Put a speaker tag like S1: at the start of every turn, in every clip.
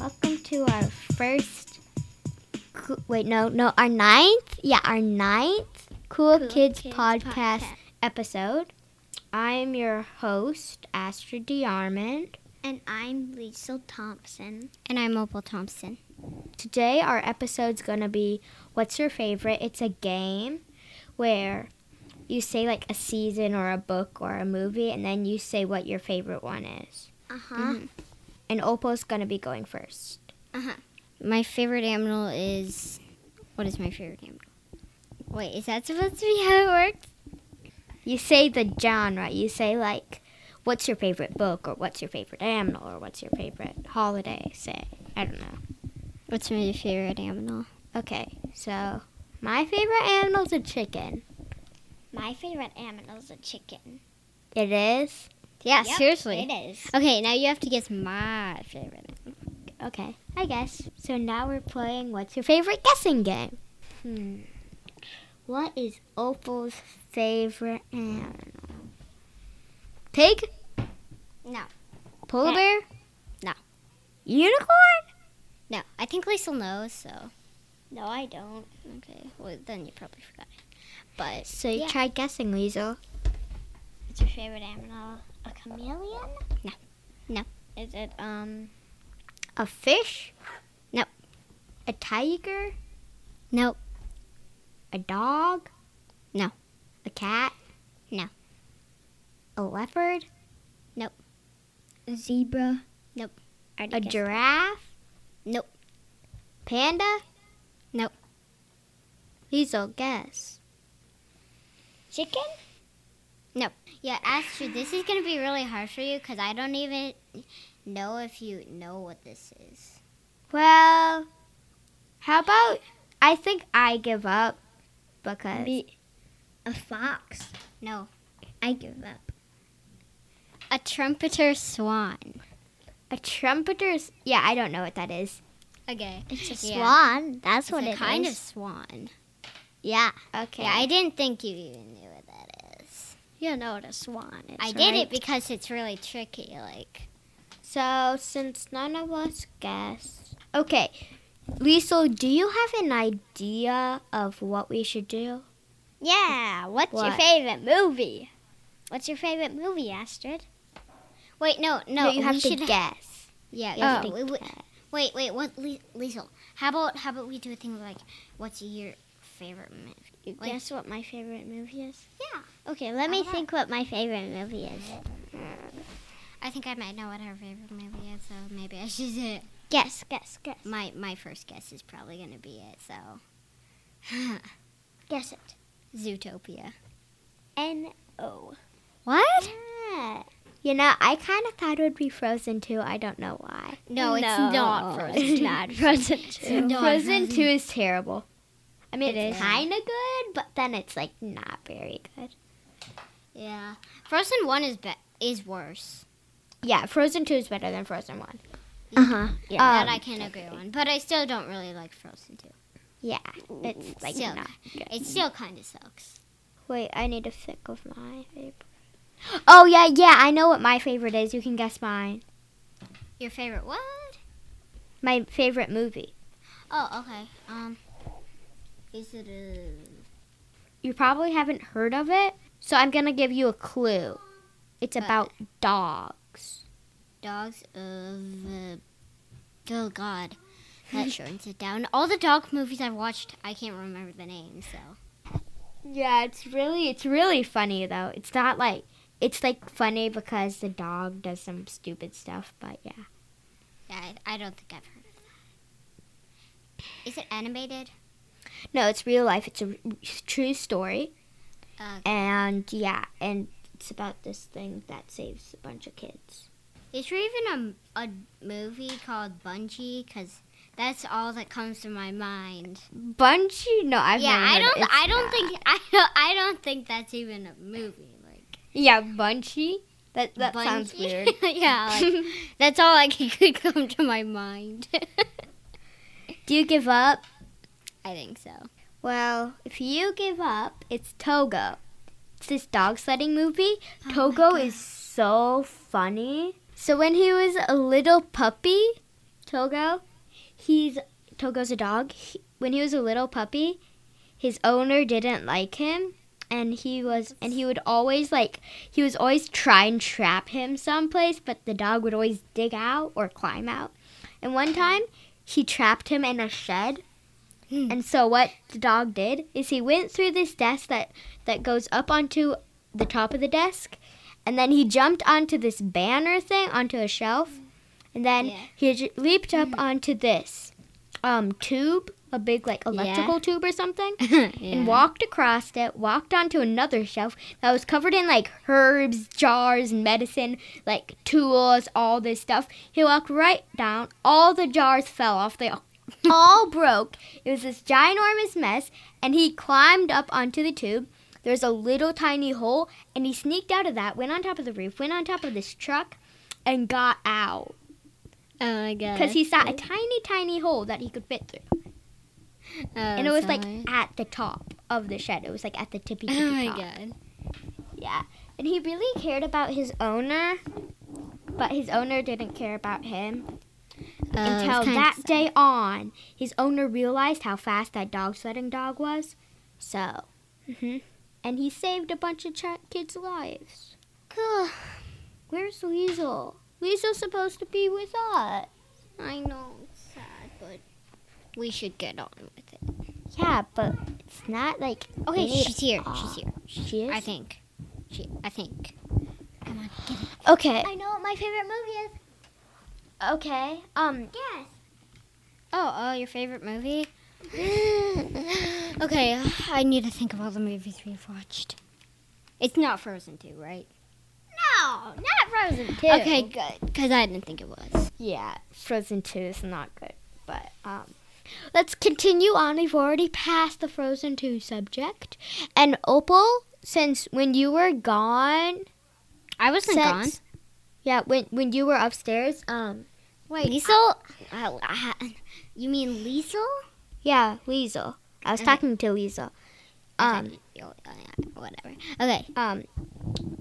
S1: welcome to our first. Coo- wait, no, no, our ninth. Yeah, our ninth Cool,
S2: Cool
S1: Kids,
S2: Kids
S1: podcast,
S2: Podcast.
S1: episode. I am your host, Astrid DeArmond.
S2: And I'm Liesl Thompson. And I'm Opal Thompson.
S1: Today, our episode's gonna be What's Your Favorite? It's a game where you say like a season or a book or a movie, and then you say what your favorite one is.
S2: Uh huh.
S3: Mm-hmm.
S1: And Opal's gonna be going first.
S2: Uh-huh.
S3: My favorite animal is. What is my favorite animal? Wait, is that supposed to be how it works?
S1: You say the genre. You say like, what's your favorite book or what's your favorite animal or what's your favorite holiday? Say, I don't know.
S3: What's my favorite animal?
S1: Okay, so my favorite animal's a chicken.
S2: My favorite animal is a chicken.
S1: It is
S3: Yeah, seriously.
S2: It is.
S3: Okay, now you have to guess my favorite. animal.
S1: okay. I guess. So now we're playing. What's your favorite guessing game? Hmm. What is Opal's favorite
S3: Um,
S1: animal? Pig?
S3: No.
S1: Polar bear?
S3: No.
S1: Unicorn?
S3: No, I think Liesl knows, so.
S2: No, I don't.
S3: Okay, well, then you probably forgot. But
S1: So you
S2: Yeah.
S1: try guessing, Liesel.
S2: What's your favorite animal? A chameleon?
S3: No. No.
S2: Is it, um,
S1: A fish?
S3: Nope.
S1: A tiger?
S3: Nope.
S1: A dog?
S3: No.
S1: A cat?
S3: No.
S1: A leopard?
S2: a zebra?
S3: Nope.
S2: I
S1: A
S2: already guessed.
S1: giraffe?
S3: Nope.
S1: Panda?
S3: Nope.
S1: Liesel, guess.
S2: chicken?
S3: Yeah, Astrid, this is gonna be really hard for you because I don't even know if you know what this is.
S1: Well, how about I think I give up because
S2: A fox?
S3: No.
S2: I give up.
S3: A trumpeter swan.
S1: a trumpeter's. Yeah, I don't know what that is.
S3: Okay.
S2: It's a
S3: Yeah.
S2: swan. That's
S3: It's
S2: what
S3: a
S2: it
S3: kind
S2: is.
S3: of swan.
S2: Yeah.
S1: Okay.
S3: Yeah, I didn't think you even knew what that is.
S2: You know what a swan is.
S3: I did it because it's really tricky. Like,
S1: so since none of us guessed, okay, Liesel, do you have an idea of what we should do?
S2: Yeah. What's your
S1: What?
S2: favorite movie? What's your favorite movie, Astrid?
S3: wait, no, no,
S1: you have
S3: we
S1: to
S3: should.
S1: guess.
S3: yeah,
S1: You have
S3: yeah.
S1: to
S3: we- we-
S1: guess.
S3: wait, wait, what, Le- Liesel? How about how about we do a thing like, what's your favorite movie?
S2: You
S3: Like-
S2: guess what my favorite movie is?
S3: Yeah.
S2: Okay, let me
S3: Alright.
S2: think what my favorite movie is.
S3: I think I might know what her favorite movie is, so maybe I should do it.
S2: Guess, guess, guess.
S3: My my first guess is probably gonna be it. So,
S2: Guess it.
S3: Zootopia.
S2: N O.
S3: What?
S2: Yeah.
S1: You know, I kind of thought it would be Frozen too. I don't know why.
S3: No, it's not Frozen.
S2: It's not Frozen
S3: It's
S2: too.
S3: not
S1: Frozen
S3: Frozen.
S1: 2 is terrible. I mean,
S3: It
S1: it's
S3: is.
S1: kind of good, but then it's like not very good.
S3: Yeah, Frozen One is be- is worse.
S1: Yeah, Frozen 2 is better than Frozen 1.
S2: Uh
S3: Uh-huh.
S2: huh.
S1: Um,
S3: that I can agree on, but I still don't really like Frozen Two.
S1: Yeah, it's like
S3: Still.
S1: not.
S3: It still kind of sucks.
S1: Wait, I need to think of my favorite. Oh, yeah, yeah, I know what my favorite is. You can guess mine.
S3: Your favorite what?
S1: My favorite movie.
S3: Oh, okay. Um, is it a?
S1: You probably haven't heard of it, so I'm going to give you a clue. It's
S3: Okay.
S1: about dogs.
S3: Dogs of uh, oh god, that shortens it down. All the dog movies I've watched, I can't remember the name. So
S1: Yeah, it's really it's really funny though. It's not like it's like funny because the dog does some stupid stuff, but yeah.
S3: yeah, I, I don't think I've heard of that. Is it animated?
S1: No, it's real life. It's a r- true story.
S3: Uh,
S1: And yeah, and it's about this thing that saves a bunch of kids.
S3: Is there even a, a movie called Bungie? Because that's all that comes to my mind.
S1: Bungie? No, I've
S3: yeah,
S1: never
S3: I
S1: heard of-
S3: don't.
S1: it's
S3: I don't
S1: not-
S3: think. I don't. I don't think that's even a movie. Like
S1: Yeah, Bungie. That that
S3: Bungie?
S1: sounds weird.
S3: yeah, like, that's all I c- could come to my mind.
S1: Do you give up?
S3: I think so.
S1: Well, if you give up, it's Togo. It's this dog sledding movie. Togo is so funny. So when he was a little puppy, Togo, he's Togo's a dog. He, when he was a little puppy, his owner didn't like him, and he was and he would always like he was always try and trap him someplace, but the dog would always dig out or climb out. And one time, he trapped him in a shed.
S3: Hmm.
S2: Mm.
S1: And so what the dog did is he went through this desk that that goes up onto the top of the desk, and then he jumped onto this banner thing onto a shelf, and then
S3: Yeah.
S1: he j- leaped up onto this um tube, a big like electrical tube or something, and walked across it, walked onto another shelf that was covered in like herbs, jars, medicine, like tools, all this stuff. He walked right down. All the jars fell off. They all broke. It was this ginormous mess, and he climbed up onto the tube. There's a little tiny hole, and he sneaked out of that, went on top of the roof, went on top of this truck, and got out.
S3: Oh my god.
S1: Because he saw a tiny, tiny hole that he could fit through.
S3: oh,
S1: and it was like at the top of the shed. It was like at the tippy tippy
S3: Oh my
S1: top.
S3: god.
S1: Yeah. And he really cared about his owner, but his owner didn't care about him
S3: Oh,
S1: until that day on. His owner realized how fast that dog sledding dog was. So, mhm. and he saved a bunch of ch- kids' lives.
S3: Cool.
S1: Where's Liesel? Liesel's supposed to be with us.
S3: I know it's sad, but we should get on with it.
S1: Yeah, but it's not like
S3: Okay,
S1: we need-
S3: she's here.
S1: Aw.
S3: She's here.
S1: she is.
S3: I think. She. I think.
S1: Okay.
S2: I know what my favorite movie is.
S1: Okay. Um.
S2: Yes.
S3: Oh, oh, your favorite movie? okay, I need to think of all the movies we've watched. It's not Frozen 2, right?
S2: No, not Frozen.
S1: two.
S3: Okay, good, because I didn't think it was.
S1: Yeah, Frozen 2 is not good, but um let's continue on. We've already passed the Frozen 2 subject. And Opal, since when you were gone,
S3: I wasn't
S1: since
S3: gone.
S1: Yeah, when when you were upstairs, um
S3: Wait, Liesel? I, I- you mean Liesel?
S1: yeah, Liesel. I was
S3: Okay.
S1: talking to Liesel. Um
S3: Uh-huh. Okay, Oh, whatever. Okay,
S1: um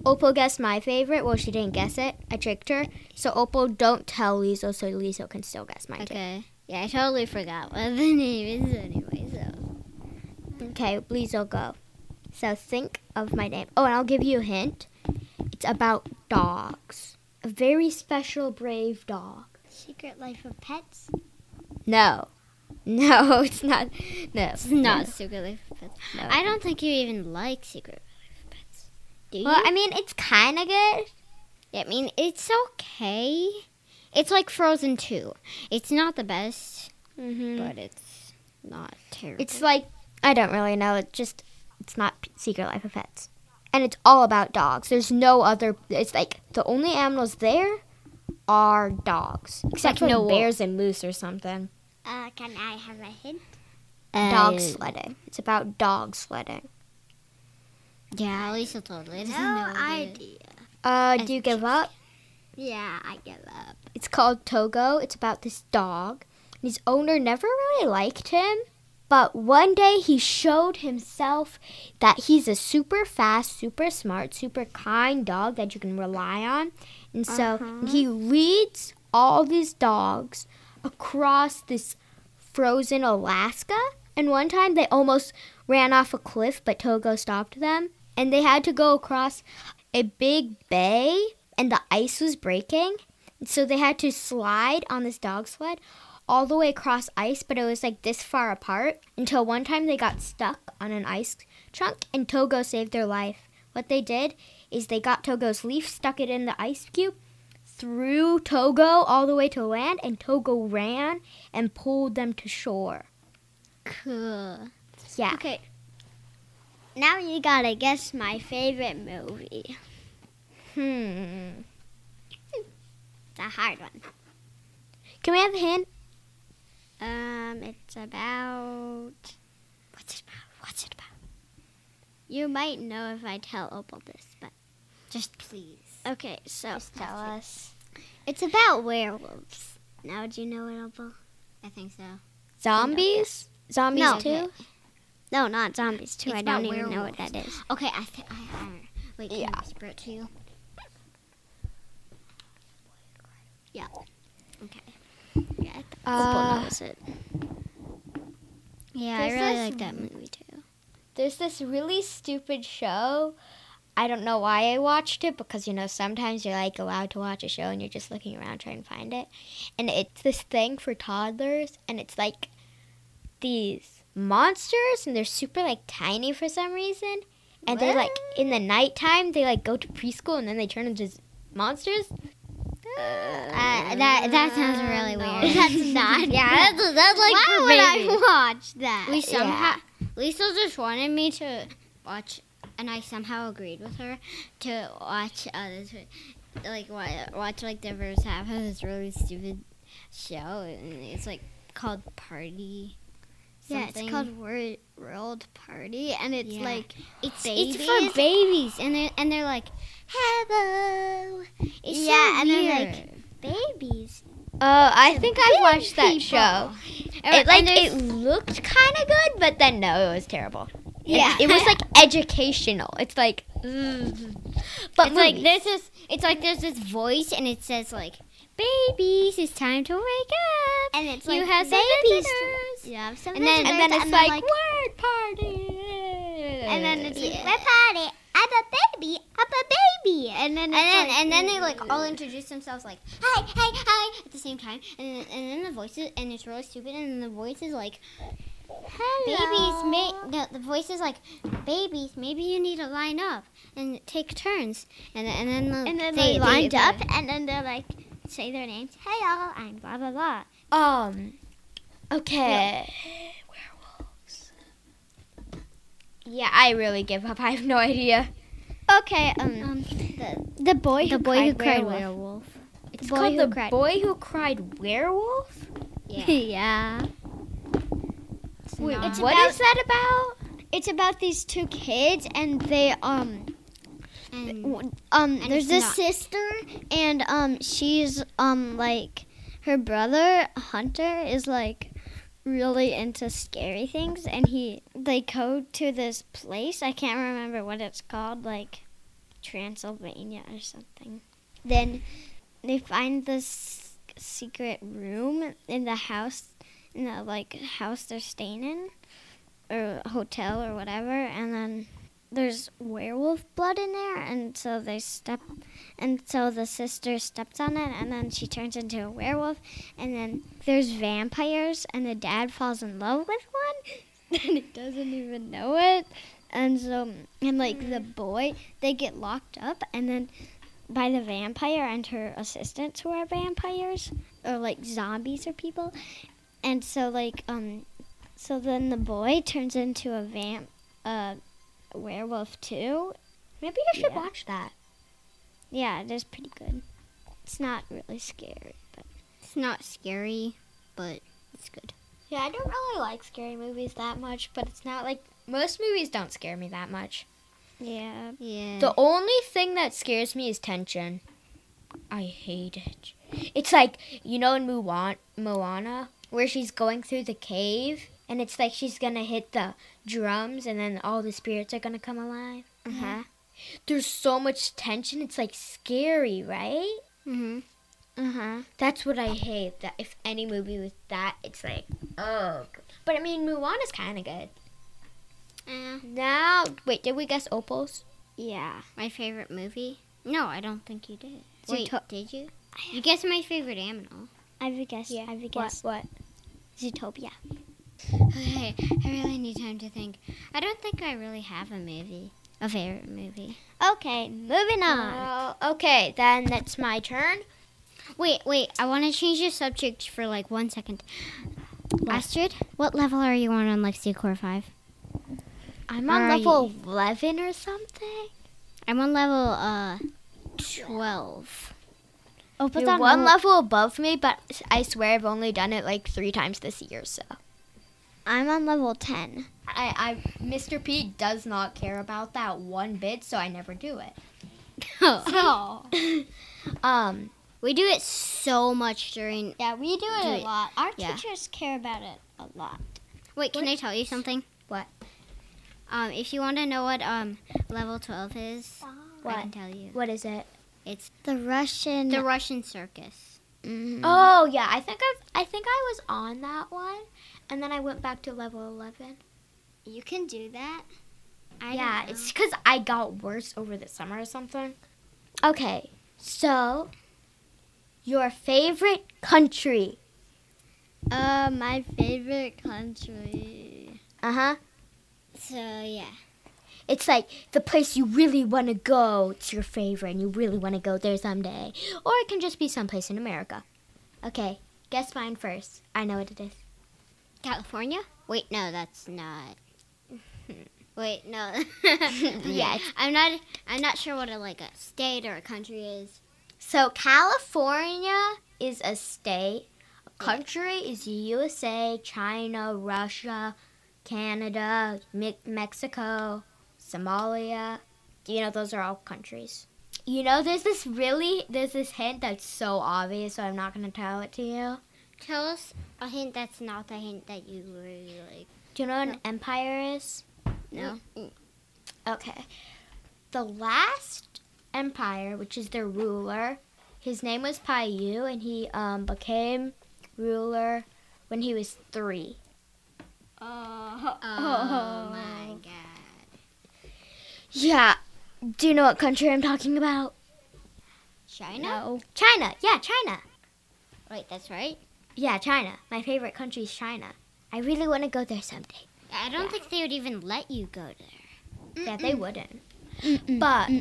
S1: Opal guessed my favorite. Well, she didn't guess it. I tricked her. So Opal, don't tell Liesel so Liesel can still guess mine. too.
S3: okay. Yeah, I totally forgot what the name is anyway, so.
S1: Okay, Liesel, go. So think of my name. Oh, and I'll give you a hint. It's about dogs. A very special, brave dog.
S2: Secret Life of Pets.
S1: No. No, it's not. No.
S3: It's not Secret Life of Pets.
S1: No.
S3: I don't think you even like Secret Life of Pets. Do you?
S1: Well, I mean, it's kind of good.
S3: I mean, it's okay. It's like Frozen 2. It's not the best,
S1: Mm-hmm.
S3: but it's not terrible.
S1: It's like, I don't really know. It's just, it's not P- Secret Life of Pets. And it's all about dogs. There's no other. It's like the only animals there are dogs. Except
S3: Like
S1: for
S3: no wolf.
S1: bears and moose or something.
S2: Uh, can I have a hint?
S3: Uh,
S1: Dog sledding. It's about dog sledding.
S3: Yeah, Lisa totally doesn't know. the-
S1: Uh,
S3: I
S1: do you
S3: think
S1: give
S3: she's
S1: up?
S2: Yeah, I give up.
S1: It's called Togo. It's about this dog. And his owner never really liked him, but one day he showed himself that he's a super fast, super smart, super kind dog that you can rely on. And so he leads all these dogs across this frozen Alaska. And one time they almost ran off a cliff, but Togo stopped them. And they had to go across a big bay, and the ice was breaking. So they had to slide on this dog sled all the way across ice, but it was like this far apart until one time they got stuck on an ice chunk and Togo saved their life. What they did is they got Togo's leaf, stuck it in the ice cube, threw Togo all the way to land, and Togo ran and pulled them to shore.
S3: Cool.
S1: Yeah.
S2: Okay. Now you gotta guess my favorite movie.
S1: Hmm.
S2: It's a hard one.
S1: Can we have a hint?
S2: Um, it's about. What's it about? What's it about? You might know if I tell Opal this, but
S3: Just please.
S2: okay. So
S3: tell
S2: us. It's about werewolves. Now do you know it, Opal?
S3: I think so.
S1: Zombies? Zombies
S2: No.
S1: too?
S2: No, not zombies too.
S3: It's
S2: I don't
S3: about
S2: even know what that is.
S3: Okay, I think I. I wait, can I whisper it to you?
S2: Yeah,
S1: Uh,
S2: knows it.
S3: Yeah,
S1: There's
S3: I really
S1: this
S3: like that movie too.
S1: there's this really stupid show. I don't know why I watched it because you know sometimes you're like allowed to watch a show and you're just looking around trying to find it. And it's this thing for toddlers and it's like these monsters and they're super like tiny for some reason. And they like in the nighttime they like go to preschool and then they turn into s- monsters.
S3: Uh, that that sounds really weird.
S2: That's not.
S3: yeah, that's, that's like
S2: Why
S3: for
S2: would
S3: babies.
S2: I watch that?
S3: We somehow Lisa just wanted me to watch, and I somehow agreed with her to watch uh, this, like wa- watch like the first half of this really stupid show, and it's like called Party.
S2: Yeah,
S3: something.
S2: it's called Wor- World Party, and it's
S3: Yeah.
S2: like
S3: it's
S2: Babies.
S3: it's for babies, and they and they're like hello. It's
S2: Yeah,
S3: so
S2: and
S3: weird.
S2: they're like, babies.
S1: Oh, I think I watched that
S3: people.
S1: show.
S3: And-
S1: It like
S3: and there's-
S1: it looked kind of good, but then no, it was terrible. It-
S3: Yeah.
S1: it, was like educational. It's like, mm. but
S3: it's like
S1: movies.
S3: there's this it's like there's this voice and it says like babies it's time to wake up
S2: And it's
S3: you
S2: like
S3: have some
S2: babies.
S3: visitors
S2: You have some
S3: And then-
S2: visitors,
S1: and then it's like,
S2: like,
S1: word party,
S2: and then it's
S3: Yeah.
S2: like, my party. I'm a baby. I'm a baby. And then
S3: and
S2: it's
S3: then
S2: like,
S3: and then they like all introduce themselves like hi hi hi at the same time and then, and then the voices and it's really stupid and the voice is like babies may no, the voice is like babies maybe you need to line up and take turns and then and then, the,
S2: and then
S3: they,
S2: they, lined
S3: they-
S2: up, and then they're like, say their names. Hey y'all, I'm blah blah blah.
S1: um, okay, werewolves. Yeah, I really give up. I have no idea.
S2: Okay, um,
S3: Um,
S2: the, the boy who
S3: the boy who cried
S2: werewolf.
S3: werewolf
S1: It's
S2: Boy
S1: called
S2: Who
S1: the
S2: Cried-
S1: boy who cried werewolf.
S3: yeah
S2: yeah.
S1: Wait,
S3: not-
S1: what
S2: about-
S1: is that about?
S2: It's about these two kids, and they um
S3: and
S2: w- um
S3: Mm. And
S2: there's
S3: it's
S2: this
S3: not-
S2: sister, and um she's um like her brother Hunter is like really into scary things, and he they go to this place. I can't remember what it's called, like Transylvania or something. Then they find this secret room in the house in the like house they're staying in or hotel or whatever and then there's werewolf blood in there and so they step and so the sister steps on it and then she turns into a werewolf and then there's vampires and the dad falls in love with one and he doesn't even know it and so and like the boy they get locked up and then by the vampire and her assistants who are vampires or like zombies or people and so like um so then the boy turns into a vamp uh werewolf too
S1: Maybe I should
S2: Yeah.
S1: watch that.
S2: yeah it is pretty good it's not really scary but
S3: it's not scary but it's good
S1: Yeah, I don't really like scary movies that much, but it's not like most movies don't scare me that much.
S2: yeah
S3: yeah
S1: The only thing that scares me is tension. I hate it. It's like you know in Mulan, Moana, where she's going through the cave, and it's like she's gonna hit the drums, and then all the spirits are gonna come alive.
S3: Mm-hmm.
S2: uh-huh
S1: There's so much tension. It's like scary, right?
S3: mm-hmm.
S2: uh-huh
S1: That's what I hate. That if any movie with that, it's like oh. But I mean, Moana's kind of good.
S3: uh,
S1: Now, wait, did we guess opals?
S2: yeah
S3: my favorite movie no i don't think you did
S2: So
S3: wait
S2: to-
S3: did you you guessed my favorite animal
S2: i would guess i would guess
S1: What?
S2: zootopia
S3: okay i really need time to think i don't think i really have a movie a favorite movie
S2: okay moving on
S1: Well, okay, then that's my turn.
S3: wait wait i want to change the subject for like one second astrid what level are you on on life Seek core 5
S1: I'm
S3: Where
S1: on
S3: are
S1: level 11 or something.
S3: i'm on level uh 12
S2: opens
S1: You're
S2: on
S1: one
S2: one
S1: level above me, but s- I swear I've only done it like three times this year, so.
S2: i'm on level 10
S1: I, I, Mr. Pete does not care about that one bit, so I never do it.
S2: Oh,
S1: Um,
S3: we do it so much during
S2: yeah we do it
S3: Do
S2: a
S3: it.
S2: lot our
S3: Yeah.
S2: teachers care about it a lot
S3: Wait, can I tell you something?
S1: What?
S3: Um, if you want to know what um level twelve is, I
S1: What?
S3: can tell you.
S1: what is it?
S2: the russian
S3: The Russian circus.
S2: Mm-hmm.
S1: Oh yeah, I think I've I think I was on that one, and then I went back to level eleven.
S3: You can do that. I
S1: yeah,
S3: don't know.
S1: it's because I got worse over the summer or something. Okay, so your favorite country?
S2: Uh, my favorite country.
S1: Uh huh.
S3: so yeah.
S1: It's like the place you really want to go. It's your favorite, and you really want to go there someday. Or it can just be someplace in America. Okay, guess mine first. I know what it is.
S3: California? Wait, no, that's not. Wait, no.
S1: Yeah, it's-
S3: I'm not. I'm not sure what a like a state or a country is.
S1: So California is a state. A country is USA, China, Russia, Canada, Me- Mexico, Somalia. You know those are all countries. You know there's this really there's this hint that's so obvious, so I'm not gonna tell it to you.
S3: Tell us a hint that's not the hint that you really like.
S1: Do you know what an empire is?
S3: No.
S1: Okay. The last empire, which is their ruler, his name was Paiyu, and he um, became ruler when he was three.
S3: Oh, my god.
S1: Yeah. Do you know what country I'm talking about?
S3: China?
S2: Oh.
S1: China. Yeah, China.
S3: Wait, that's right.
S1: Yeah, China. My favorite country is China. I really want to go there someday.
S3: I don't think they would even let you go there.
S1: Yeah, they wouldn't. But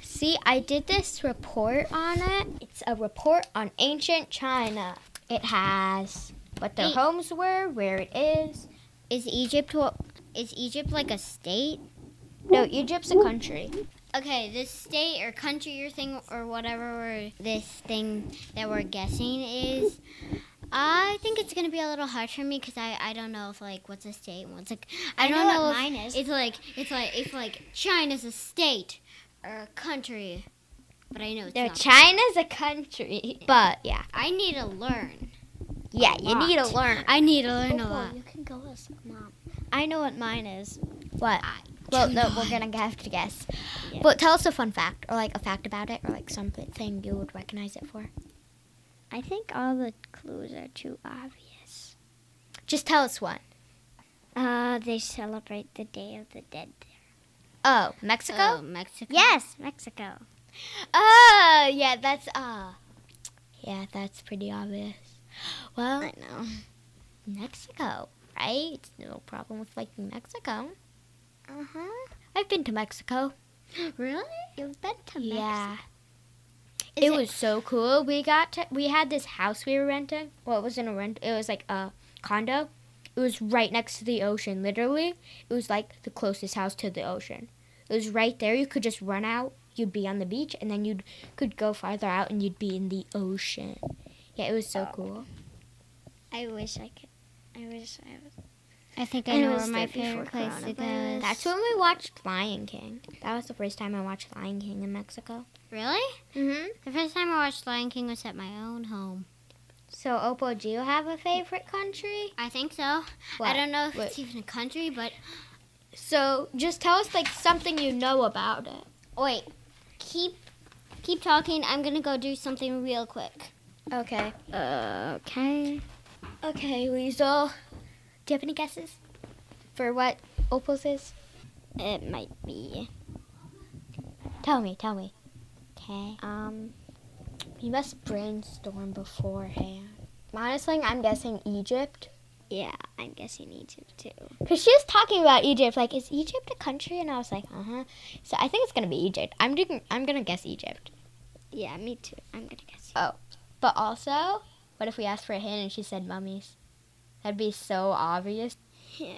S1: see, I did this report on it. It's a report on ancient China. It has what their
S3: Wait.
S1: homes were, where it is.
S3: Is Egypt what? Is Egypt like a state?
S1: No, Egypt's a country.
S3: Okay, this state or country or thing or whatever we're, this thing that we're guessing is, I think it's gonna be a little hard for me because I, I don't know if like what's a state and what's like I, don't
S2: know
S3: know
S2: what
S3: if
S2: mine is.
S3: It's like it's like it's like China's a state or a country, but I know it's
S1: No,
S3: not.
S1: China's a country. But yeah,
S3: I need to learn.
S1: yeah, you need to
S3: Lot.
S1: learn.
S3: I need to learn a lot.
S2: you can go with mom. I know what mine is.
S1: What? Well, no, we're gonna have to guess.
S2: Yeah.
S1: But tell us a fun fact, or like a fact about it, or like something you would recognize it for.
S2: I think all the clues are too obvious.
S1: Just tell us one.
S2: Uh, they celebrate the Day of the Dead.
S1: Oh, Mexico.
S3: Oh, Mexico.
S2: Yes, Mexico.
S1: Oh, yeah, that's uh Yeah, that's pretty obvious. Well,
S3: I know.
S1: Mexico, right? No problem with like Mexico.
S3: Uh huh.
S2: Uh-huh.
S1: I've been to Mexico.
S3: Really? You've been to Mexico?
S1: Yeah.
S3: Is
S1: it, was so cool. We got to, we had this house we were renting. Well, it wasn't a rent. It was like a condo. It was right next to the ocean. Literally, it was like the closest house to the ocean. It was right there. You could just run out. You'd be on the beach, and then you would could go farther out, and you'd be in the ocean. Yeah, it was so cool.
S2: I wish I could. I wish I was.
S3: I think I
S1: And it
S3: know where
S1: was there
S3: my
S1: before
S3: favorite place to go
S1: coronavirus.
S3: is.
S1: That's when we watched Lion King. That was the first time I watched Lion King in Mexico.
S3: Really?
S1: Mm-hmm.
S3: The first time I watched Lion King was at my own home.
S1: So, Oppo, do you have a favorite country?
S3: I think so. I
S1: What?
S3: don't know if
S1: What?
S3: it's even a country, but
S1: So, just tell us like something you know about it.
S3: wait. Keep keep talking. I'm gonna go do something real quick.
S1: Okay.
S2: Okay.
S1: Okay, Weasel. Do you have any guesses for what Opal's is?
S2: It might be.
S1: Tell me, tell me.
S2: Okay.
S1: Um, you must brainstorm beforehand. Honestly, I'm guessing Egypt.
S2: Yeah, I'm guessing Egypt too.
S1: Because she was talking about Egypt, like, is Egypt a country? And I was like, uh huh. So I think it's going to be Egypt. I'm, doing, I'm going to guess Egypt.
S2: Yeah, me too. I'm gonna guess.
S1: Oh. But also, what if we asked for a hint and she said mummies? That'd be so obvious.
S2: Yeah.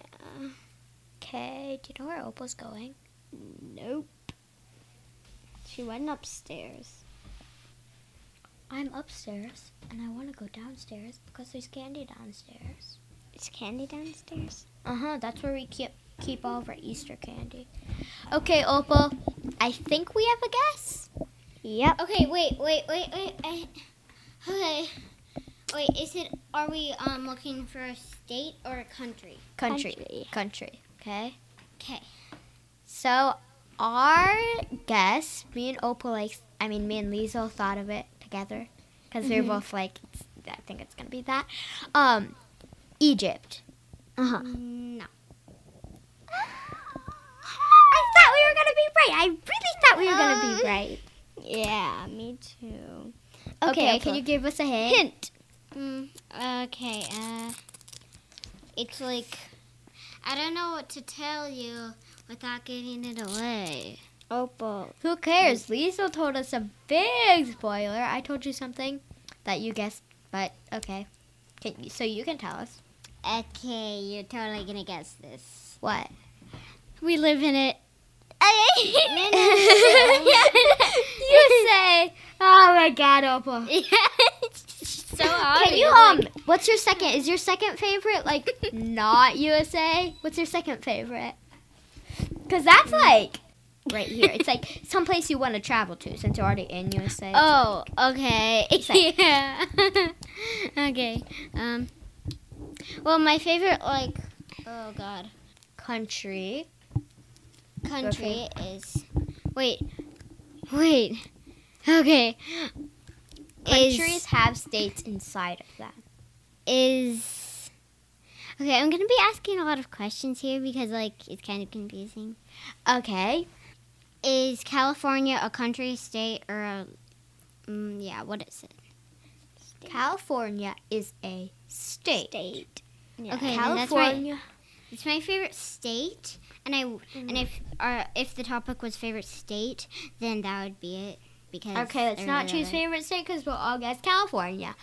S1: Okay, do you know where Opal's going?
S2: Nope. She went upstairs.
S1: I'm upstairs and I want to go downstairs because there's candy downstairs.
S2: Is Candy downstairs?
S1: Uh huh, that's where we keep, keep all of our Easter candy. Okay, Opal, I think we have a guess.
S2: Yep.
S3: Okay, wait, wait, wait, wait. I, okay. Wait, is it are we um looking for a state or a country?
S1: Country. Country. Okay.
S3: Okay.
S1: So our guess, me and Opal, like, I mean, me and Liesel thought of it together. because we were both like, it's, I think it's gonna be that. Um, Egypt.
S2: Uh huh.
S3: No.
S1: I thought we were gonna be right. I really thought we were gonna be
S3: Um,
S1: right.
S2: Yeah, me too.
S1: Okay,
S2: Okay,
S1: can you give us a hint?
S2: hint?
S3: Mm, okay. Uh, it's like I don't know what to tell you without giving it away.
S2: Opal.
S1: Who cares? Lisa told us a big spoiler. I told you something that you guessed, but okay. Can you, so you can tell us
S3: Okay, you're totally gonna guess this.
S1: what.
S2: We live in it.
S3: No, no,
S1: you say, oh my God, Opal.
S3: so
S1: Can you um? What's your second? Is your second favorite like not USA? What's your second favorite? Cause that's like right here. It's like someplace you want to travel to since you're already in USA.
S3: Oh, okay.
S1: Say.
S3: Yeah. okay. Um. Well, my favorite like oh god
S1: country.
S3: country is wait wait okay is-
S1: Countries have states inside of them.
S3: is okay. I'm gonna be asking a lot of questions here because like it's kind of confusing.
S1: Okay.
S3: Is California a country, state, or a mm, yeah? What is it?
S1: California is a state.
S2: Date.
S3: Okay, then that's right.
S1: California.
S3: It's my favorite state, and I and if uh, if the topic was favorite state, then that would be it. Because
S1: Okay, let's
S3: they're
S1: not
S3: really
S1: choose
S3: like-
S1: favorite state because we'll all guess California.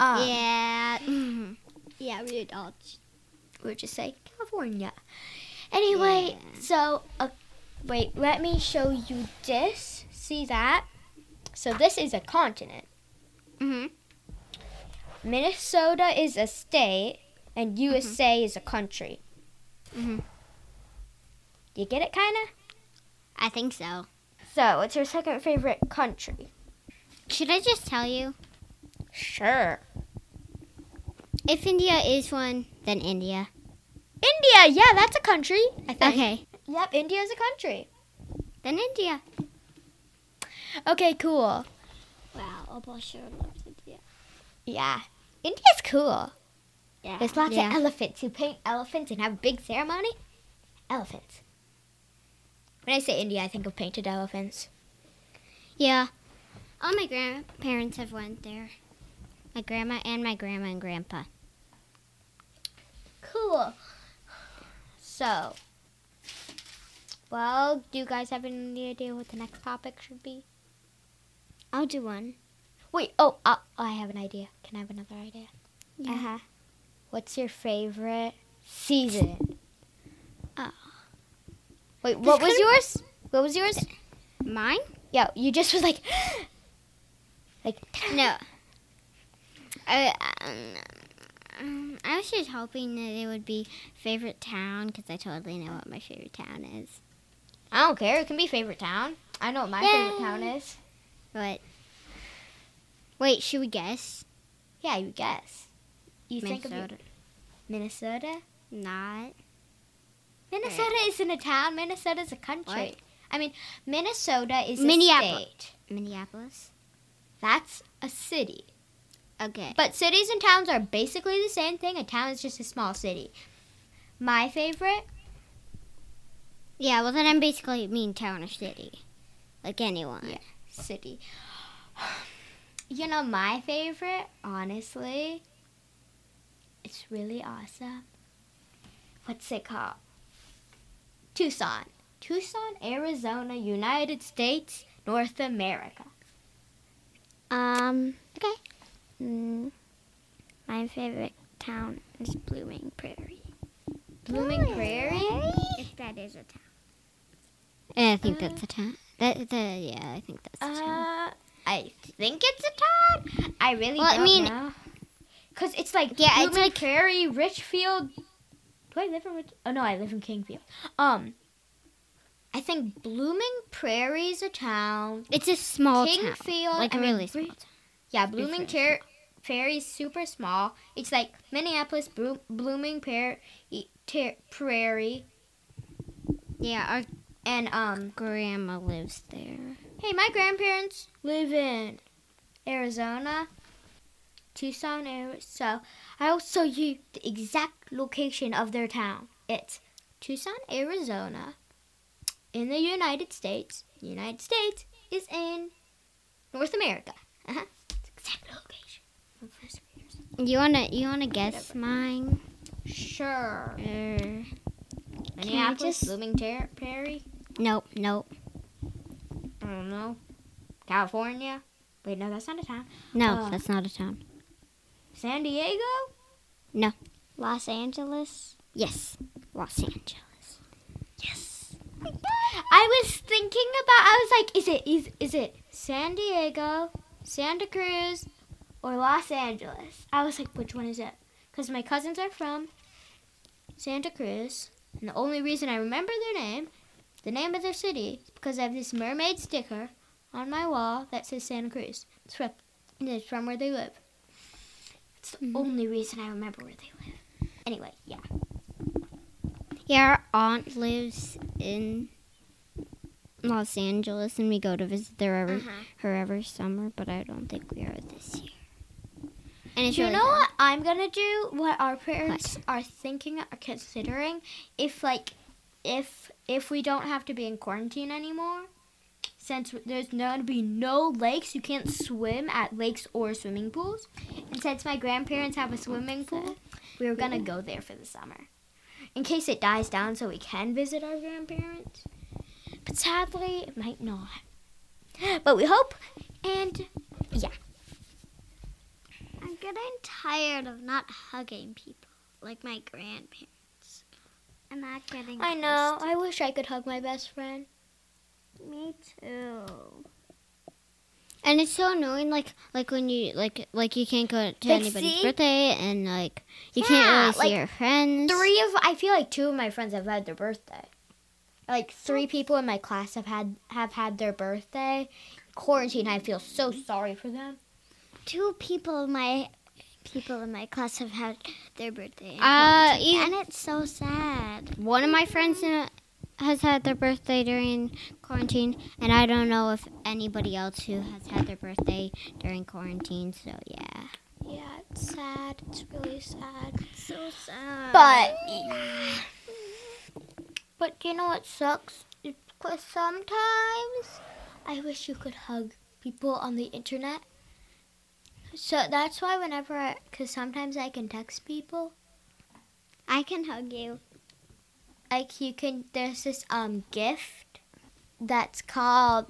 S1: Um,
S3: Yeah. mhm.
S2: Yeah, we adults.
S1: we'll just say California. Anyway, so uh, wait, let me show you this. See that? So this is a continent.
S3: Mhm.
S1: Minnesota is a state, and USA is a country. Mm-hmm.
S3: Mhm.
S1: You get it, kinda?
S3: I think so.
S1: So, what's your second favorite country?
S3: Should I just tell you?
S1: Sure.
S3: If India is one, then India.
S1: India, yeah, that's a country. I think.
S3: Okay.
S1: Yep, India is a country.
S3: Then India.
S1: Okay, cool.
S2: Wow, Opal sure loves it. Yeah.
S1: Yeah. India's cool.
S2: Yeah.
S1: There's lots
S3: Yeah.
S1: of elephants who paint elephants and have a big ceremony. Elephants. When I say India, I think of painted elephants.
S3: Yeah. All my grandparents have went there. My grandma and my grandma and grandpa.
S1: Cool. So, well, do you guys have any idea what the next topic should be?
S3: I'll do one.
S1: Wait, oh, uh, I have an idea. Can I have another idea?
S3: Yeah.
S2: Uh-huh.
S1: What's your favorite season?
S3: Oh.
S1: Wait, what was
S3: could've-
S1: yours? What was yours?
S3: Mine?
S1: Yeah, you just was like, like
S3: No. I, um, um, I was just hoping that it would be favorite town because I totally know what my favorite town is.
S1: I don't care. It can be favorite town. I know what my favorite
S3: Yay.
S1: town is.
S3: But wait, should we guess?
S1: Yeah, you guess. You think of
S3: Minnesota.
S1: your- Minnesota?
S3: Not.
S1: Minnesota isn't a town. Minnesota's a country.
S3: What?
S1: I mean, Minnesota is a
S3: Minneapolis.
S1: state.
S3: Minneapolis.
S1: That's a city.
S3: Okay.
S1: But cities and towns are basically the same thing. A town is just a small city. My favorite?
S3: Yeah. Well, then I'm basically mean town or city, like anyone.
S1: Yeah. City. You know, my favorite, honestly, it's really awesome. What's it called? Tucson. Tucson, Arizona, United States, North America.
S2: Um.
S3: Okay.
S2: Mm, my favorite town is Blooming Prairie.
S1: Blooming Prairie?
S3: If that is a town. I think that's a town. That, that yeah, I think that's a town.
S1: Uh, I think it's a town. I really
S3: Well, I
S1: don't
S3: mean-
S1: Because it's like
S3: Yeah, it's
S1: Blooming
S3: like-
S1: Prairie, Richfield. Do I live in Rich? Oh, no, I live in Kingfield. Um, I think Blooming Prairie's a town.
S3: It's a small
S1: Kingfield,
S3: town, like
S1: I
S3: a
S1: mean,
S3: really small
S1: Bri-
S3: town.
S1: Yeah, Blooming Ter- Prairie's super small. It's like Minneapolis, Bro- Blooming Prair- Ter- Prairie,
S3: Yeah, our
S1: and um.
S3: grandma lives there.
S1: Hey, my grandparents live in Arizona, Tucson, Arizona. So I also used the exact location of their town. It's Tucson, Arizona, in the United States. The United States is in North America. Uh huh. Exact location. of North America.
S3: You wanna you wanna guess mine?
S1: Sure.
S3: Or...
S1: Minneapolis,
S3: just-
S1: Blooming Ter- Prairie.
S3: Nope, nope,
S1: I don't know. California. Wait, no, that's not a town.
S3: no.
S1: Uh,
S3: that's not a town.
S1: San Diego.
S3: Los Angeles. Yes, Los Angeles.
S1: Yes. I was thinking about. I was like, is it is is it San Diego, Santa Cruz, or Los Angeles? I was like, which one is it? Because my cousins are from Santa Cruz, and the only reason I remember their name, the name of their city, is because I have this mermaid sticker on my wall that says Santa Cruz. It's from, and it's from where they live. It's the
S2: Mm-hmm.
S1: only reason I remember where they live. Anyway, yeah.
S3: Yeah, our aunt lives in Los Angeles, and we go to visit there every,
S1: Uh-huh.
S3: her every summer. But I don't think we are this year. And it's
S1: you
S3: really
S1: know
S3: fun.
S1: what I'm gonna do? What our parents are thinking or considering if like if if we don't have to be in quarantine anymore, since there's gonna be no lakes, you can't swim at lakes or swimming pools, and since my grandparents have a swimming pool, we were gonna go there for the summer, in case it dies down, so we can visit our grandparents. But sadly, it might not. But we hope, and
S2: I'm getting tired of not hugging people like my grandparents. I'm not getting.
S1: I
S2: close
S1: know. I wish I could hug my best friend.
S2: to- Me too.
S3: And it's so annoying, like like when you like like you can't go to
S1: Like,
S3: anybody's
S1: see?
S3: birthday, and like you can't
S1: Yeah,
S3: really see
S1: like,
S3: your friends.
S1: Three of I feel like two of my friends have had their birthday. Like three people in my class have had have had their birthday. Quarantine, I feel so sorry for them.
S2: Two people in my people in my class have had their birthday, in
S3: Uh,
S2: quarantine,
S3: even
S2: and it's so sad.
S3: one of my friends uh, has had their birthday during quarantine, and I don't know if anybody else who has had their birthday during quarantine. So yeah.
S2: Yeah, it's sad. It's really sad. So sad.
S1: But but you know what sucks? Because sometimes I wish you could hug people on the internet. So that's why whenever I, because sometimes I can text people
S2: I can hug you.
S1: like you can there's this um gift that's called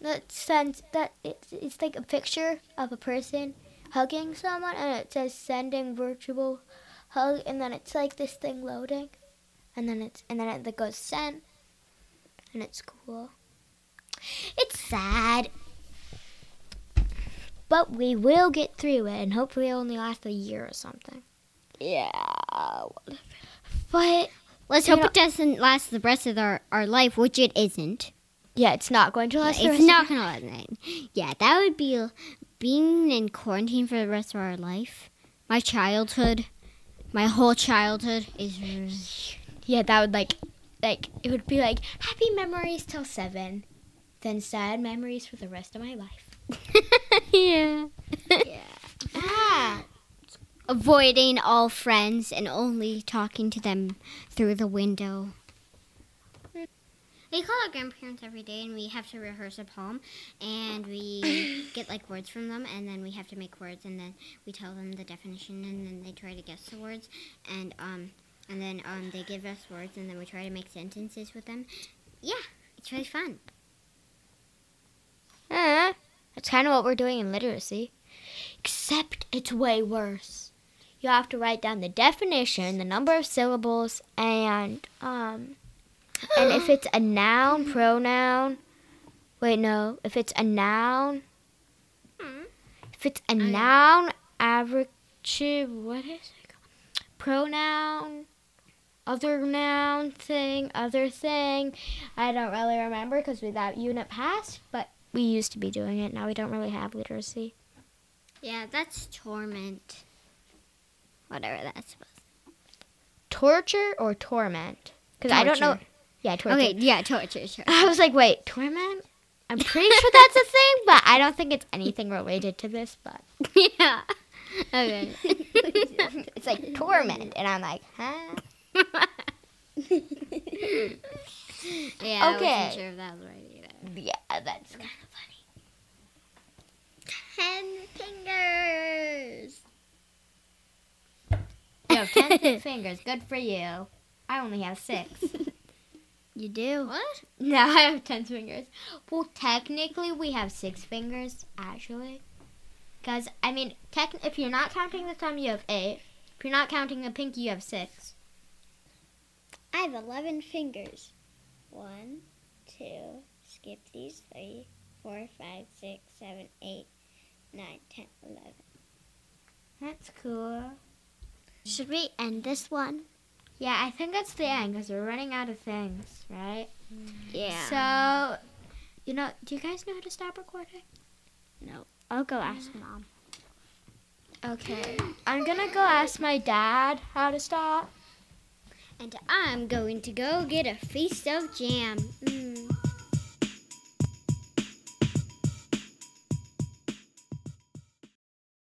S1: that sends that it's, it's like a picture of a person hugging someone and it says sending virtual hug and then it's like this thing loading and then it's and then it like, goes sent and it's cool it's sad but we will get through it and hopefully it'll only last a year or something
S3: Yeah.
S1: but
S3: Let's
S1: You
S3: hope
S1: know-
S3: it doesn't last the rest of our, our life, which it isn't.
S1: yeah it's not going to last the
S3: it's
S1: rest of
S3: not gonna last. that. Yeah, that would be being in quarantine for the rest of our life. My childhood, my whole childhood is ruined.
S1: Yeah, that would like, like it would be like happy memories till seven, then sad memories for the rest of my life.
S3: yeah.
S1: Ah,
S3: Avoiding all friends and only talking to them through the window. We call our grandparents every day and we have to rehearse a poem and we get like words from them and then we have to make words and then we tell them the definition and then they try to guess the words and um and then um they give us words and then we try to make sentences with them. Yeah, it's really fun.
S1: Eh, that's kind of what we're doing in literacy, except it's way worse. You have to write down the definition, the number of syllables, and um, and if it's a noun, pronoun. Wait, no. If it's a noun, if it's a noun, adjective. What is it? called? Pronoun, other noun thing, other thing. I don't really remember because we that unit passed, but we used to be doing it. Now we don't really have literacy.
S3: Yeah, that's torment. Whatever that's supposed
S1: Torture or torment? Because I don't know.
S3: Torture.
S1: Yeah, torture.
S3: Okay, yeah, torture, sure.
S1: I was like, wait, torment? I I'm pretty sure that's a thing, but I don't think it's anything related to this. But
S3: yeah. Okay.
S1: it's like torment, and I'm like, huh?
S3: yeah. I
S1: Okay.
S3: wasn't sure if that was right either.
S1: Yeah, that's kind of funny.
S3: Ten fingers.
S1: Yo, ten fingers, good for you. I only have six.
S2: You do.
S3: What?
S1: no, I have ten fingers. Well, technically, we have six fingers, actually. Because, I mean, tec- if you're not counting the thumb, you have eight. If you're not counting the pinky, you have six.
S2: I have 11 fingers. One, two, skip these three, four, five, six, seven, eight, nine, ten, eleven.
S1: That's cool.
S2: Should we end this one?
S1: Yeah, I think that's the end because we're running out of things, right?
S2: Yeah.
S1: So, you know, do you guys know how to stop recording?
S2: I'll go ask mom.
S1: Okay. I'm gonna go ask my dad how to stop.
S3: And I'm going to go get a feast of jam. Mm.